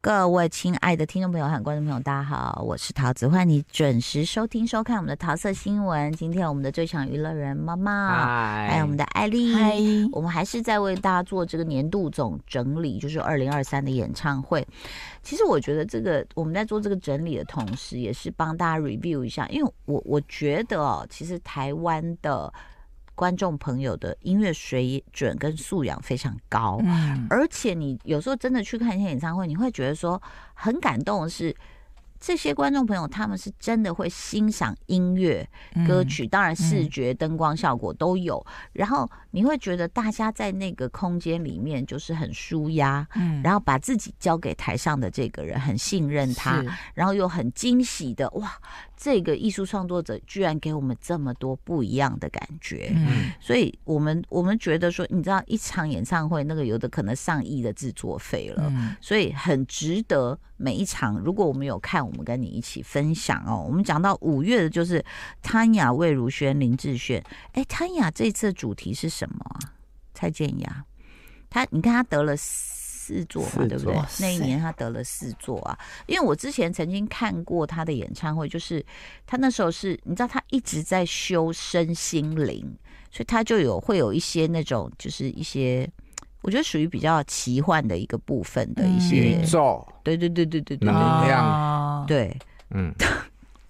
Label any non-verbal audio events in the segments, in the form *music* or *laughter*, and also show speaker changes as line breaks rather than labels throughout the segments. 各位亲爱的听众朋友和观众朋友，大家好，我是桃子，欢迎你准时收听收看我们的桃色新闻。今天我们的最强娱乐人妈妈，
嗨，
啊还有我们的艾丽，
嗨，
我们还是在为大家做这个年度总整理，就是二零二三的演唱会。其实我觉得这个我们在做这个整理的同时，也是帮大家 review 一下，因为我我觉得哦，其实台湾的观众朋友的音乐水准跟素养非常高，
嗯，
而且你有时候真的去看一些演唱会，你会觉得说很感动的是。这些观众朋友，他们是真的会欣赏音乐，歌
嗯，
曲，当然视觉、灯光效果都有。然后你会觉得大家在那个空间里面就是很舒压，
嗯，
然后把自己交给台上的这个人，很信任他，
是
然后又很惊喜的哇，这个艺术创作者居然给我们这么多不一样的感觉。
嗯，
所以我们我们觉得说，你知道一场演唱会那个有的可能上亿的制作费了，
嗯
所以很值得每一场。如果我们有看，我们跟你一起分享哦。我们讲到五月的就是汤雅、魏如萱、林志炫。哎，汤雅这次的主题是什么啊？蔡健雅，她你看她得了四座嘛，
四座
对不对
哇？塞
那一年她得了四座啊。因为我之前曾经看过她的演唱会，就是她那时候是你知道她一直在修身心灵，所以她就有会有一些那种就是一些。我觉得属于比较奇幻的一个部分的一些
嗯
宇，宙，
对对对对对对
能
对
量
啊，
对， *laughs*
嗯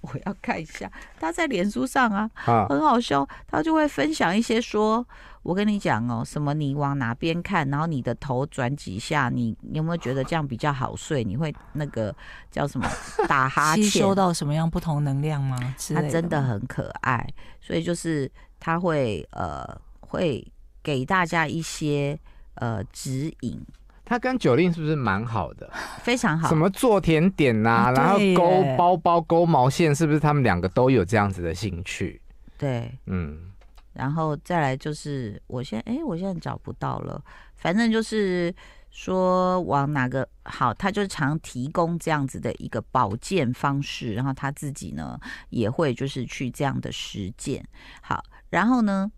我要看一下，他在脸书上啊，
啊，
很好笑，他就会分享一些说，我跟你讲哦，什么你往哪边看，然后你的头转几下，你你有没有觉得这样比较好睡？你会那个叫什么打哈
吸
欠？
收到什么样不同能量吗？之
他
类的
真的很可爱，所以就是他会呃会给大家一些呃指引，
他跟九令是不是蛮好的？
非常好
什。么做甜点呐、
啊
然后
对耶
勾包包、勾毛线，是不是他们两个都有这样子的兴趣？
对，
嗯，
然后再来就是，我现在哎，我现在找不到了，反正就是说往哪个好，他就常提供这样子的一个保健方式，然后他自己呢也会就是去这样的实践。好，然后呢，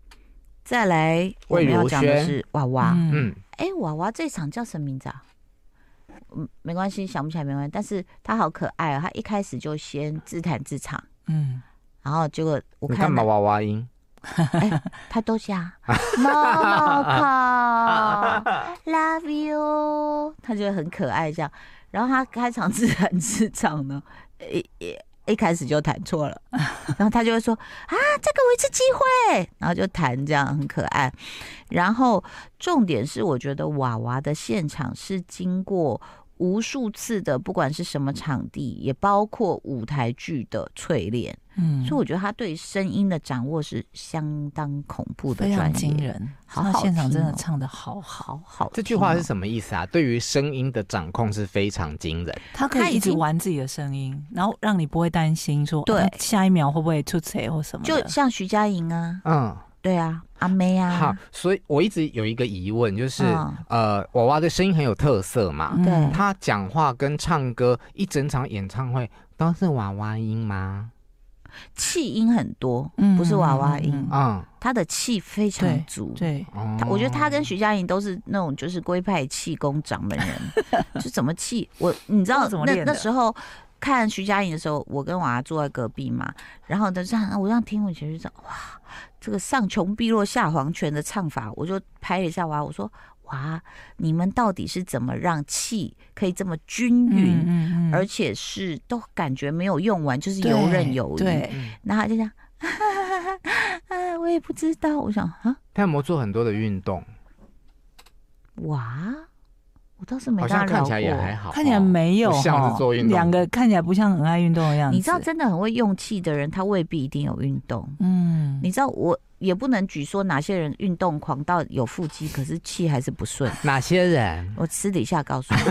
再来我
魏
们要
如
讲的
萱
是娃娃，
嗯，
哎、娃娃这场叫什么名字啊？嗯，没关系，想不起来没关系，但是他好可爱啊、哦，他一开始就先自弹自唱，
嗯，
然后结果我
你
看
干嘛
到
娃娃音？
他都讲 Monaco love you，他觉得很可爱这样。然后他开场自弹自唱呢，一一一开始就弹错了，然后他就会说啊，再给我一次机会，然后就弹这样很可爱。然后重点是，我觉得娃娃的现场是经过。无数次的，不管是什么场地，也包括舞台剧的淬炼，
嗯
所以我觉得他对声音的掌握是相当恐怖的
非常
专
惊
业，
人，
好
那
好
现场真的
听哦
唱的好好，
好好听哦。
这句话是什么意思啊？对于声音的掌控是非常惊人。
他可
他
以
已
一直
经
玩自己的声音，然后让你不会担心说，
对
啊下一秒会不会出谁或什么的，
就像徐佳莹啊，
嗯，
对啊，阿妹
好
啊，，
所以我一直有一个疑问，就是、
嗯
呃，娃娃的声音很有特色嘛，
嗯
对
他讲话跟唱歌一整场演唱会都是娃娃音吗？
气音很多，
嗯
不是娃娃音
嗯嗯
嗯，
她的气非常足。
对，
哦
她我觉得
嗯
她跟徐佳莹都是那种就是龟派气功掌门
*laughs*
人，就怎么气我，你知道
不知道怎么
那
练
那
的
时候看徐佳莹的时候，我跟娃娃坐在隔壁嘛，然后呢这样我这样听，我觉得这样哇，这个上穷碧落下黄泉的唱法，我就拍了一下娃娃，我说哇，你们到底是怎么让气可以这么均匀？
嗯
而且是都感觉没有用完，就是游刃有余。
对，
然后他就这样， *laughs* 啊，我也不知道。我想啊，
他有没有做很多的运动？
哇，我倒是没
好
跟他
像
聊
看
过
起来。也还好哦，
看起来没有
不像
哦
是做运动
两个看起来不像很爱运动的样子，
你知道，真的很会用气的人，他未必一定有运动。
嗯，
你知道，我也不能举说哪些人运动狂到有腹肌，可是气还是不顺。
哪些人？
我私底下告诉
*laughs*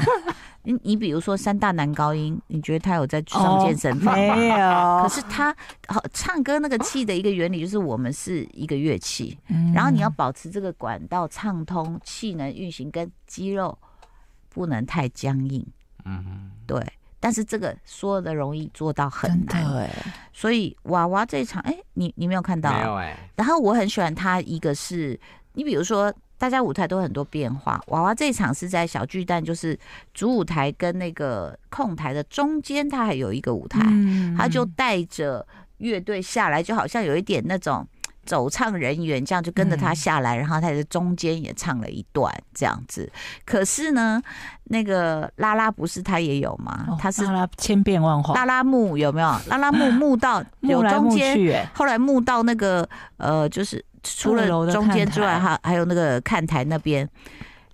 你，你你比如说三大男高音，你觉得他有在上健身房吗？
哦没有
可，是他好唱歌那个气的一个原理就是我们是一个乐器，
嗯
然后你要保持这个管道畅通，气能运行，跟肌肉不能太僵硬。
嗯，
对，但是这个说的容易，做到很
真的
难。
哎，
所以娃娃这一场，哎、你你没有看到啊？
没有哎、
然后我很喜欢他，一个是你比如说大家舞台都有很多变化。娃娃这一场是在小巨蛋，就是主舞台跟那个控台的中间，它还有一个舞台，
嗯
他就带着乐队下来，就好像有一点那种走唱人员这样，就跟着
嗯
他下来，然后他在中间也唱了一段这样子。可是呢，那个拉拉不是他也有吗？
哦
他是
让他千变万化，
拉拉木有没
*laughs*
有？拉拉木木到有
木来
中
哦木
间，
去，哎，
后来木到那个呃，就是除
二
了
楼的
中间
看
之外，
台
还还有那个看台那边，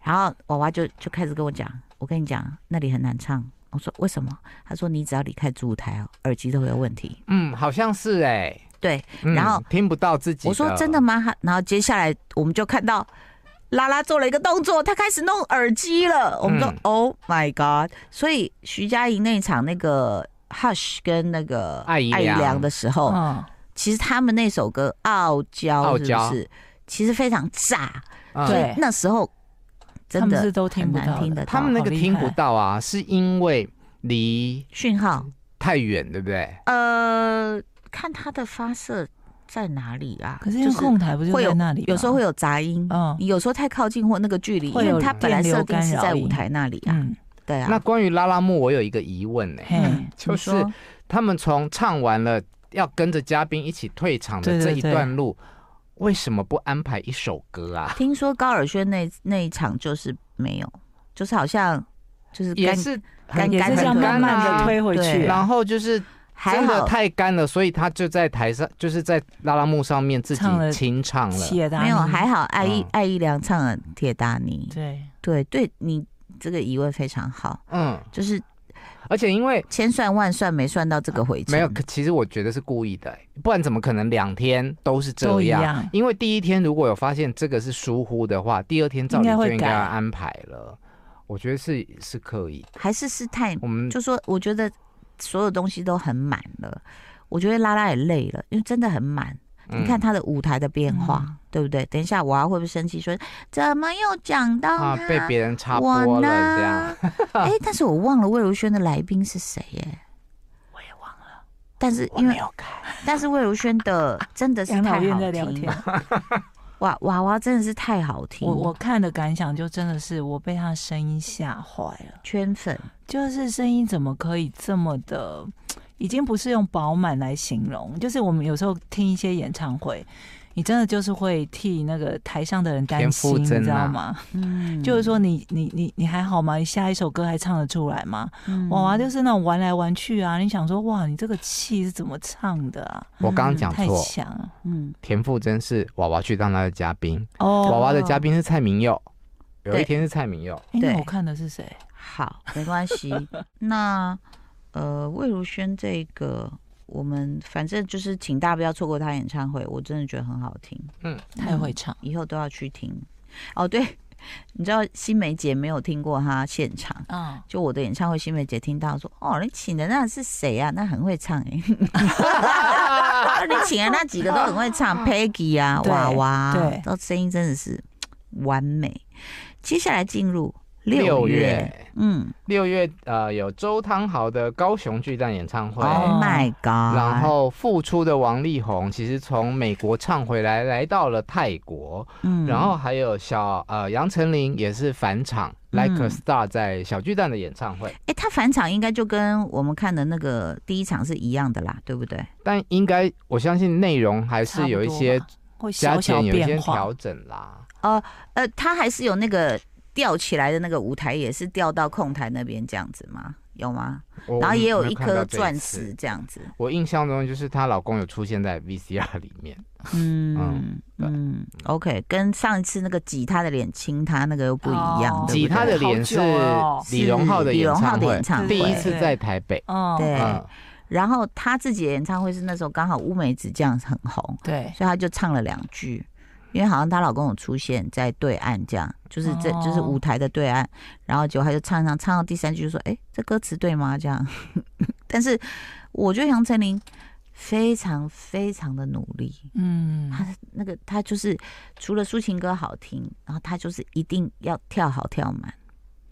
然后娃娃就就开始跟我讲，我跟你讲，那里很难唱。我说为什么？他说你只要离开主舞台哦，耳机都会有问题。
嗯，好像是哎。
对，
嗯
然后
听不到自己。
我说真的，吗？他然后接下来我们就看到拉拉做了一个动作，他开始弄耳机了。我们说、
嗯
Oh my God！所以徐佳莹那一场那个 Hush 跟那个
艾怡良
良的时候，
嗯，
其实他们那首歌《傲娇
傲》
是
娇
不是？其实非常炸，
嗯
所
对
以那时候
他
真
们
的
是都听
很
不
难
到
听
的，
得
他
到
们那个
好厉
听
害
不到啊，是因为离
讯号。
太远，对不对？
呃，看它的发射在哪里啊？
可是因
就
为
是
控台不就
会
在那里吗，
有时候会有杂音，
嗯
你有时候太靠近或那个距离，因
会有
为它本来
电流
设定是
干
在
扰
舞
音
台那里啊，
嗯，
对
那
啊。
关于拉拉木，我有一个疑问呢、
嘿
嗯
就
你
是
说
他们从唱完了要跟着嘉宾一起退场的
对
这
对
一
对
段路，为什么不安排一首歌啊？
听说高尔宣那那一场就是没有，就是好像就是
也
干
是
干
也
干
是这样
很
慢
干
慢
啊
的推回
对
去啊，
然后就是
还
真的
好
太干了，所以他就在台上，就是在拉拉木上面自己
唱了
清唱了。
铁达
没有
尼
还好，艾一
嗯
艾一良唱了《铁达尼》，
对，
对对，你这个疑问非常好，
嗯，
就是
而且因为
千算万算没算到这个回程，
没有，可其实我觉得是故意的、不然怎么可能两天都是这
都一
样？
样，
因为第一天如果有发现这个是疏忽的话，第二天照理
应该会
就应该要
改
安排了。我觉得是是刻意的，
还是是太
我们
就说我觉得所有东西都很满了，我觉得拉拉也累了，因为真的很满。你看
嗯
他的舞台的变化，
嗯
对不对？等一下娃娃会不会生气说怎么又讲到他、
啊被别人插播
我
了
呢
这样，？
哎、但是我忘了魏如萱的来宾是谁耶、
我也忘了，
但是
我
因
没
为
有看，
但是魏如萱
*laughs*
的真的是
养
太
老
好
院
听
在聊天
了，哇娃娃真的是太好听，
我我看的感想就真的是我被他的声音吓坏了，
圈粉，
就是声音怎么可以这么的，已经不是用饱满来形容，就是我们有时候听一些演唱会。你真的就是会替那个台上的人担
田馥
心，你
甄
知道
啊
吗？
嗯
就是说你你你你还好吗？你下一首歌还唱得出来吗？
嗯
娃娃就是那种玩来玩去啊，你想说哇，你这个气是怎么唱的啊？
我刚刚
嗯
讲
太
错，
强了
嗯，
田馥甄是娃娃去当他的嘉宾，
哦！
娃娃的嘉宾是蔡明佑，有
对
一天是蔡明佑，
哎
对
那我看的是谁？
好，没关
*laughs*
系。那呃，魏如萱这个，我们反正就是请大家不要错过她演唱会，我真的觉得很好听，
太会唱，
以后都要去听。哦，对， *laughs* 你知道新梅姐没有听过她现场。
嗯，
就我的演唱会，新梅姐听到说：“哦，你请的那是谁啊？那很会唱哎、 *laughs* 你请的那几个都很会
*laughs*
唱，Peggy 啊，
对
娃娃啊，
对
这声音真的是完美。接下来进入
六
六月
月
嗯，
六月呃有周汤豪的高雄巨蛋演唱会。
Oh my god！
然后复出的王力宏，其实从美国唱回来，来到了泰国，
嗯
然后还有小呃杨丞琳也是返场、
嗯
Like a Star 在小巨蛋的演唱会，
哎，他返场应该就跟我们看的那个第一场是一样的啦，对不对？
但应该我相信内容还
差
是
不
有一
多
些
吧会
加
小小
减，有一些
变化
调，整啦。
呃，他还是有那个吊起来的那个舞台，也是吊到控台那边这样子吗？有吗？
我
然后也有
没
一
看到
颗
这
钻
次
石这样子。
我印象中就是她老公有出现在 VCR 里面，
嗯
对
嗯，OK，跟上一次那个挤他的脸亲他那个又不一样，
哦
对不对
挤她的脸是
好久哦
李荣浩的
是李
演
荣浩
唱
的
会
演，唱会，
第一次在台北。
嗯，
对
嗯，
然后他自己的演唱会是那时候刚好乌梅子这样很红，
对，
所以她就唱了两句，因为好像她老公有出现在对岸，这样就是这、
哦
就是舞台的对岸，然后结果她就唱唱唱到第三句就说：“哎、这歌词对吗？”这样， *laughs* 但是我觉得杨丞琳非常非常的努力，
嗯，
她那个她就是除了抒情歌好听，然后她就是一定要跳好跳满，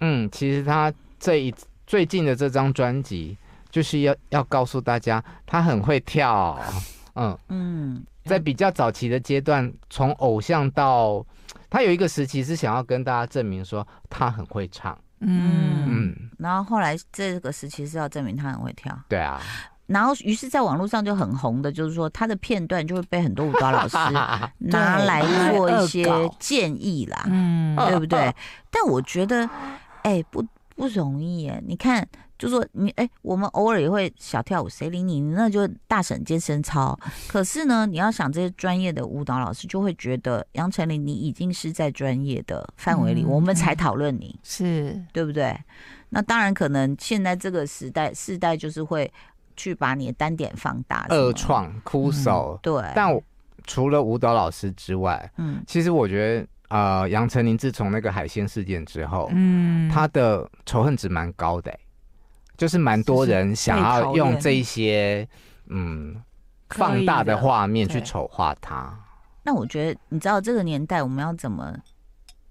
嗯，其实他这一最近的这张专辑，就是要要告诉大家，他很会跳。嗯，
嗯，
在比较早期的阶段，从偶像到他有一个时期是想要跟大家证明说他很会唱，
嗯，
嗯，
然后后来这个时期是要证明他很会跳，
对啊，
然后于是在网络上就很红的，就是说他的片段就会被很多舞蹈老师拿来做一些
对恶搞
建议啦，
嗯，
对不对？但我觉得，哎、不不容易耶。你看，就说你哎、我们偶尔也会小跳舞，谁理你？你那就大婶健身
*laughs*
操。可是呢，你要想这些专业的舞蹈老师就会觉得杨丞琳，你已经是在专业的范围里，
嗯
我们才讨论你，
是，
对不对？那当然，可能现在这个时代，世代就是会去把你的单点放大，什么
恶，创、哭手。
对，
但我除了舞蹈老师之外，
嗯
其实我觉得，呃，杨丞琳自从那个海鲜事件之后，
嗯，
他的仇恨值蛮高的欸、就是蛮多人想要用这一些嗯
可
放
以
大的画面
对
去丑化他。
那我觉得，你知道这个年代我们要怎么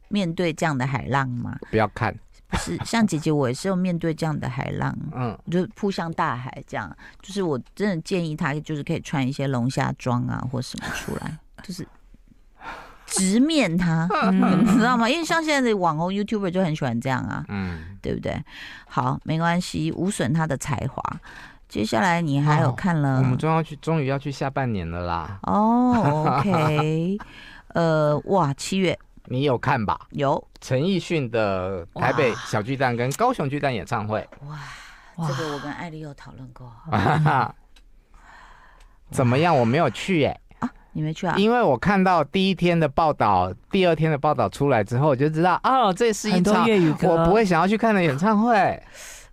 面对这样的海浪吗？
不要看，
不是像姐姐，我也是有面对这样的海浪，
嗯，
我就扑向大海这样。就是我真的建议她，就是可以穿一些龙虾装啊，或什么出来，就是直面它，
嗯
你知道吗？因为像现在的网红 YouTuber 就很喜欢这样啊，
嗯，
对不对？好，没关系，无损她的才华。接下来你还有
哦
看了？
我们终要去，终于要去下半年了啦。
哦，OK，呃，哇，七月
你有看吧？
有
陈奕迅的台北小巨蛋跟高雄巨蛋演唱会，
哇，
哇
这个我跟艾丽有讨论过，
怎么样？我没有去耶、
你没去啊？
因为我看到第一天的报道，第二天的报道出来之后，我就知道哦，这是一
很多
场
粤语歌，
我不会想要去看的演唱会。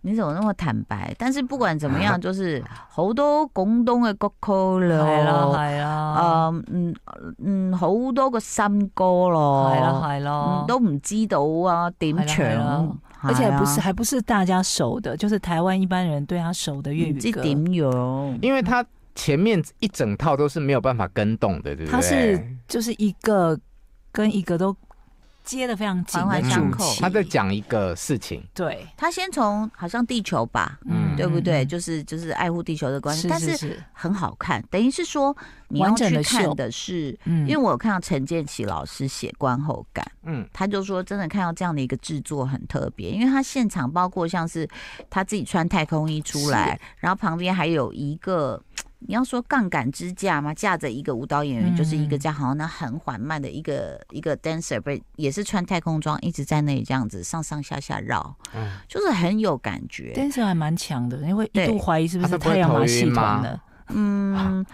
你怎么那么坦白？但是不管怎么样，就是好多廣東嘅歌曲
係啦
咯，
係啦，
誒
*laughs*
嗯嗯好多個新歌
係啦
咯，
係
嗯
啦，
都唔知道啊點
係啦係啦
唱，
而且不是
係啊
还不是大家熟的，就是台湾一般人对他熟的粤
唔知
语歌，
點樣，
因为它前面一整套都是没有办法跟动的，对不对？
它是就是一个跟一个都接的非常紧
环环
的主
相扣
题，
嗯他在讲一个事情，
对，
他先從好像地球吧，
嗯
對不對？就是就是愛護地球的關係，
是
但
是
是
是，
很好看，等於是說你要
完整
去
的秀
看的是，
嗯
因为我有看到陳建奇老師寫觀後感。
嗯，
他就说，真的看到这样的一个制作很特别，因为他现场包括像是他自己穿太空衣出来，然后旁边还有一个。你要说杠杆支架吗？架着一个舞蹈演员，
嗯
就是一个这样，好像那很缓慢的一个一个 dancer，被也是穿太空装，一直在那里这样子上上下下绕，
嗯
就是很有感觉。
dancer 还蛮强的，因为一
对
度怀疑是不
他
是
都不会
太阳马
头
戏
晕
团
吗
的，
嗯，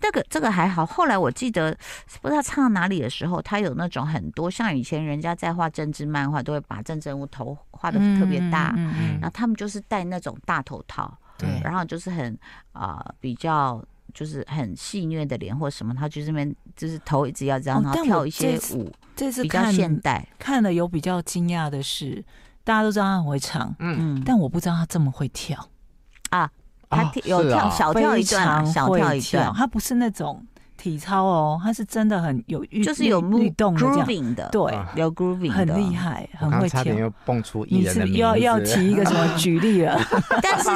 这个这个还好。后来我记得不知道唱到哪里的时候，他有那种很多像以前人家在画政治漫画，都会把政治人物头画的特别大，
嗯嗯嗯
然后他们就是戴那种大头套，
对
然后就是很啊、呃比较就是很戏谑的脸或什么，他就这边就是头一直要这样，
哦
然
但
后跳
我
一些
这次
舞，
这次
比较
看
现代。
看了有比较惊讶的是，大家都知道他很会唱，
嗯，
嗯，
但我不知道他这么会跳，
啊，他
啊
跳有
是啊
跳小跳一段啊，
非常
小
会
跳一
跳
段，
他不是那种体操哦，他是真的很有律，
就是有
律
move
律动的这样，
grooving 的，
对，
啊
有 grooving 的，
很厉。害，
我
很
刚刚
会
差
跳
点。又蹦出艺
你
人
是
的
不是
名
又要要
字，
提一个什么举例
*laughs*
啊了？
但是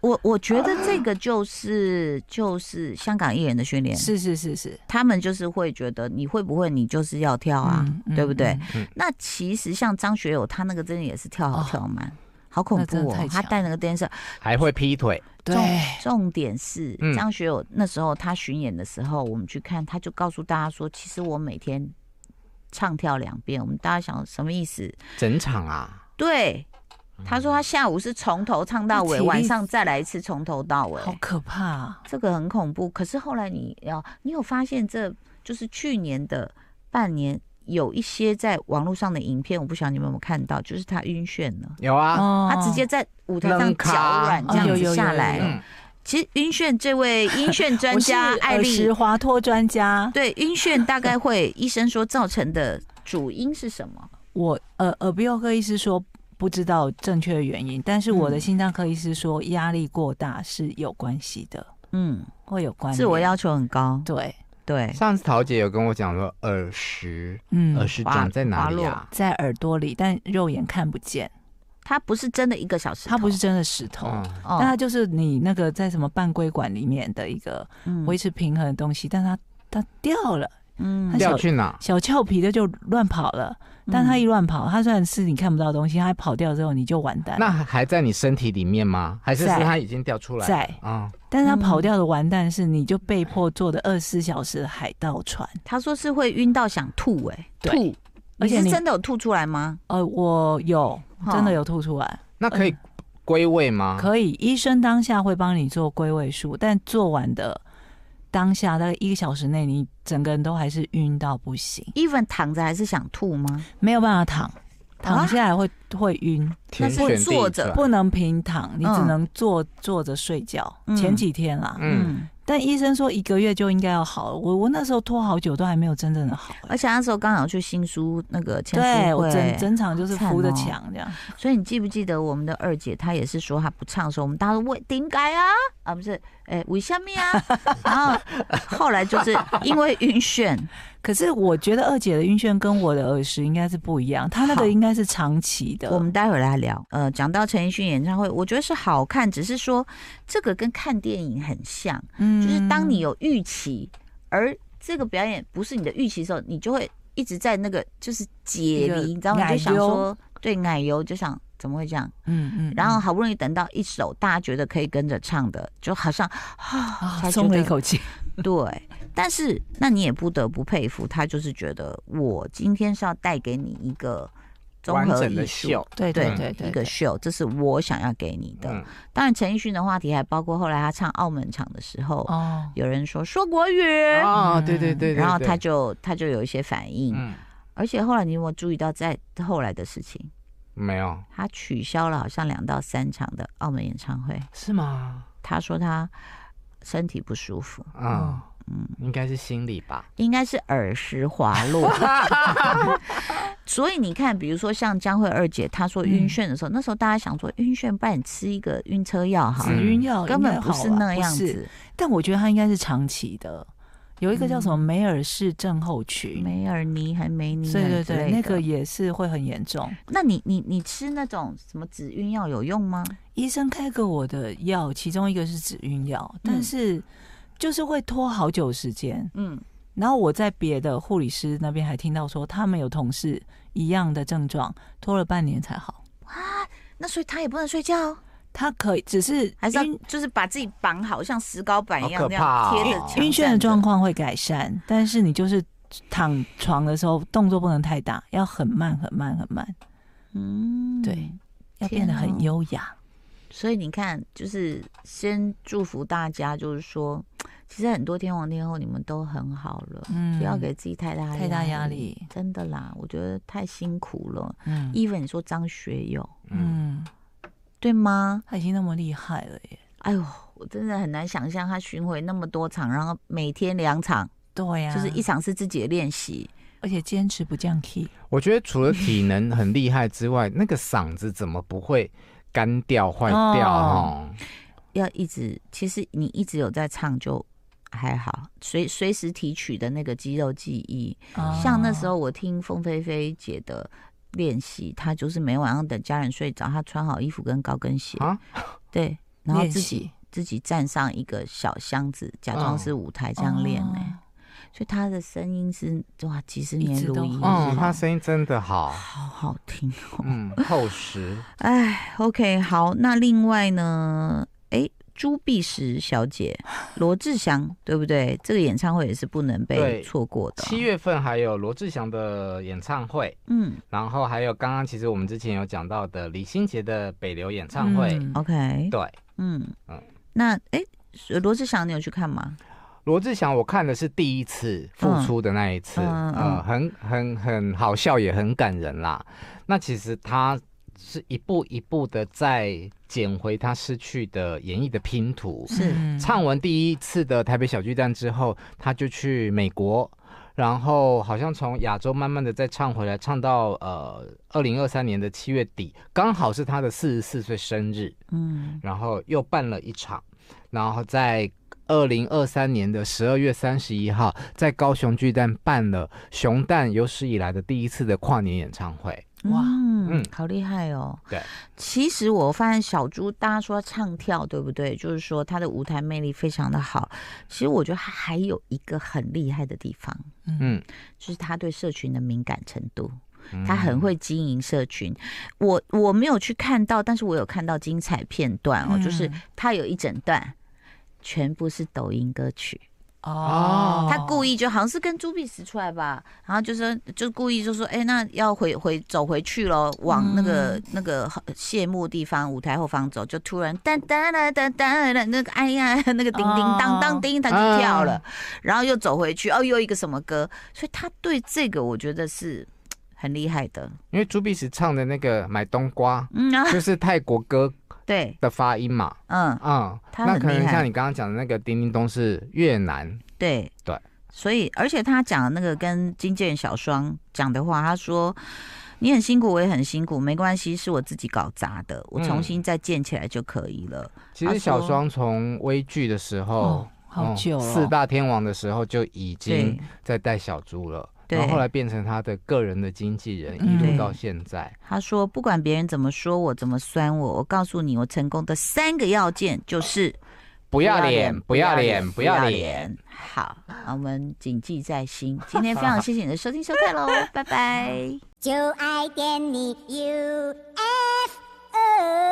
我我觉得这个就是就是香港艺人的
*laughs*
训练，
是是是是
他们就是会觉得你会不会你就是要跳啊，
嗯嗯
对不对？
嗯
那其实像张学友，他那个真的也是跳好跳慢，好恐
那真
怖
的
哦
太！
他
强
带那个 dancer，
还会劈腿，
对，
重点是
嗯
张学友那时候他巡演的时候，我们去看，他就告诉大家说，其实我每天唱跳两遍。我们大家想什么意思？
整场啊，
对，他说他下午是从头唱到尾，
那体力
晚上再来一次从头到尾，
好可怕啊！
这个很恐怖。可是后来你要，你有发现这就是去年的半年。有一些在网络上的影片，我不晓得你们有没有看到，就是他晕眩了。
有啊，
哦
他直接在舞台上
扔
脚
咖
软这样
哦有有
子
有
下
有有
来。
嗯，
其实晕眩这
*laughs*
位晕眩专家
我是
艾
耳
丽
石，滑脱专家，
对晕眩大概会医生说造成的主因是什么？
我呃耳鼻喉科医师说不知道正确的原因，但是我的
嗯
心脏科医师说压力过大是有关系的，
嗯，
会有关
自我要
求
求很高，
对，
对，
上次桃姐有跟我讲说耳石，耳
嗯，
石
滑
长在哪里
滑
啊？
在耳朵里，但肉眼看不见，
他不是真的一个小时，
它不是，真的石头。
嗯，
哦
但它就是你那个在什么半规管里面的一个
嗯
维持平衡的东西，但它它掉了，
嗯
他小
掉去哪？
小俏皮的就乱跑了。
嗯
但他一乱跑，他虽然是你看不到的东西，他跑掉之后你就完蛋了。
那还在你身体里面吗？还是是
在
它已经掉出来了？
在，
啊、
但是他
嗯
跑掉的完蛋是你就被迫坐的二十四小时的海盗船。
他说是会晕到想吐、哎，
对
吐，
而
你
且
是
你
真的有吐出来吗？
呃，我有
哈
真的有吐出来，
那可以归位吗？
嗯可以，医生当下会帮你做归位术，但做完的当下大概一个小时内，你整个人都还是晕到不行，
，even 躺着还是想吐吗？
没有办法躺，
啊
躺下来会、会晕，
天
那
旋
是
地
坐着
转
不能平躺，你只
嗯
能坐、坐着睡觉。
嗯
前几天啦，
嗯，
但医生说一个月就应该要好了，我我那时候拖好久都还没有真正的好、欸
而且那时候刚好去新书那个签
对
书
我整
哎会，
整场就是
惨
扶着
哦
墙这样，
所以你记不记得我们的二姐她也是说她不唱的时候，我们大家都问顶改啊啊不是，哎为什么啊？ *laughs* 然后后来就是因为晕
*laughs*
眩，
可是我觉得二姐的晕眩跟我的耳石应该是不一样，她那
好
个应该是长期的。
我们待会儿来聊。呃，讲到陈奕迅演唱会，我觉得是好看，只是说这个跟看电影很像，
嗯
就是当你有预期，而这个表演不是你的预期的时候，你就会一直在那个就是解
一个
离，你知道吗？
奶
就想
油
说对奶油就想。怎么会这样？
嗯嗯，
然后好不容易等到一首大家觉得可以跟着唱的，就好像啊
啊
才
松
觉
了一
得
口气，
对，但是那你也不得不佩服他，就是觉得我今天是要带给你一个综
完
合
整
艺
的
术，
秀，
对
对
对嗯对
一
对
个
对，
秀，这是我想要给你的。
嗯，
当然，陈奕迅的话题还包括后来他唱澳门场的时候，
哦，
有人说说国语，
哦，对对对对，
嗯然后
对
他，就他就有一些反应。
嗯，
而且后来你有没有注意到，在后来的事情，
没有，
他取消了好像两到三场的澳门演唱会。
是吗？
他说他身体不舒服，
啊、
嗯
嗯，应该是心理吧。
应该是耳石滑
*laughs*
落。所以你看，比如说像江惠二姐，她说
嗯
晕眩的时候，那时候大家想说晕眩，不然你吃一个晕车药好
紫
了，
嗯
晕药
根本不是那样。
应该好吧不是
子。
但我觉得她应该是长期的，有一个叫什么梅尔氏症候群，
嗯梅尔尼还梅尼
对
尔
对
之类
对，
的
那个，也是会很严重。
那你你你吃那种什么止晕药有用吗？
医生开给我的药，其中一个是止晕药，但
嗯
是就是会拖好久时间。
嗯，
然后我在别的护理师那边还听到说，他们有同事一样的症状，拖了半年才好。
那所以她也不能睡觉，哦
他可以只是
还是要
晕
就是把自己绑好，像石膏板一样那
好可
样
怕哦
贴着墙
晕眩的
站着
状况会改善，但是你就是躺床的时候动作不能太大，要很慢很慢很慢，
嗯，
对。要变得
天
很
哪
优雅。
所以你看，就是先祝福大家，就是说，其实很多天王天后你们都很好了，
嗯
不要给自己太大
太大压力
真的啦，我觉得太辛苦了。
嗯
even 你说张学友
嗯，
嗯，
对吗？
他已经那么厉害了耶。
哎呦，我真的很难想象他巡回那么多场，然后每天两场，
对呀、
就是一，场是自己的练习。
而且坚持不降 key。
我觉得除了体能很厉害之外，那个嗓子怎么不会干掉坏掉
哦
哦？
要一直，其实你一直有在唱就还好，随随时提取的那个肌肉记忆，像那时
候，
候我听凤飞飞姐的练习，她就是每晚上等家人睡着，她穿好衣服跟高跟鞋，
啊，
对，然后
练
自
习哦
己自己站上一个小箱子，假装是舞台这样练呢、所以她的声音是哇，几十年
一直
如
都
一日，
好
嗯，他声音真的好，
好好听
*laughs*
哦。
嗯，厚实。
哎，OK，好，那另外呢，哎，朱碧石小
*sighs*
姐，罗志祥，对不对？这个演唱会也是不能被
对
错过的。
*laughs* 七，月份还有罗志祥的演唱会，
嗯
然后还有刚刚其实我们之前有讲到的李心洁的北流演唱会，
嗯
，OK，
对。
嗯
嗯
那哎，罗志祥你有去看吗？
罗志祥，我看的是第一次复出的那一次，
嗯嗯
呃，很很很好笑，也很感人啦。那其实他是一步一步的在捡回他失去的演艺的拼图。
是
嗯
唱完第一次的台北小巨蛋之后，他就去美国，然后好像从亚洲慢慢的再唱回来，唱到呃二零二三年的七月底，刚好是他的四十四岁生日。
嗯
然后又办了一场，然后在二零二三年的十二月三十一号，在高雄巨蛋办了熊蛋有史以来的第一次的跨年演唱会。
哇
嗯
嗯，
好厉害哦！
对，
其实我发现小猪，大家说唱跳对不对？就是说他的舞台魅力非常的好。其实我觉得他还有一个很厉害的地方，
嗯，
就是他对社群的敏感程度。
嗯
他很会经营社群，我我没有去看到，但是我有看到精彩片段哦，就是
嗯
他有一整段全部是抖音歌曲，
哦，
他故
意
意就好像是跟朱碧石出来吧，然后就说就故意就说，哎、那要回回走回去咯，往那个、
嗯
那个谢幕地方舞台后方走，就突然哒哒哒哒哒哒，那个哎呀，那个叮叮
哦
当当叮，他就跳
嗯
了，然后又走回去，哦，又一个什么歌，所以他对这个我觉得是很厉害的，
因为朱碧石唱的那个买冬瓜，
嗯啊，
就是泰国歌
对，
的发音嘛，
嗯，
嗯，
他
那
很
可
厉
能
害
像你刚刚讲的那个叮叮咚是越南，
对
对，
所以而且他讲的那个跟金建小双讲的话，他说你很辛苦，我也很辛苦，没关系，是我自己搞砸的，我重新再建起来就可以了。
其
他
实
说
小双从微剧的时候
哦，，好久了，
嗯四大天王的时候就已经
对
在带小猪了，
对
然后后来变成他的个人的经纪人，
嗯
一路到现在。
他说不管别人怎么说我，怎么酸我，我告诉你，我成功的三个要件就是
不要脸，不要脸，不要脸。。
好，那我们谨记在心。今天非常谢谢你的收听收
*laughs*
看喽，拜拜。
就爱点你 UFO。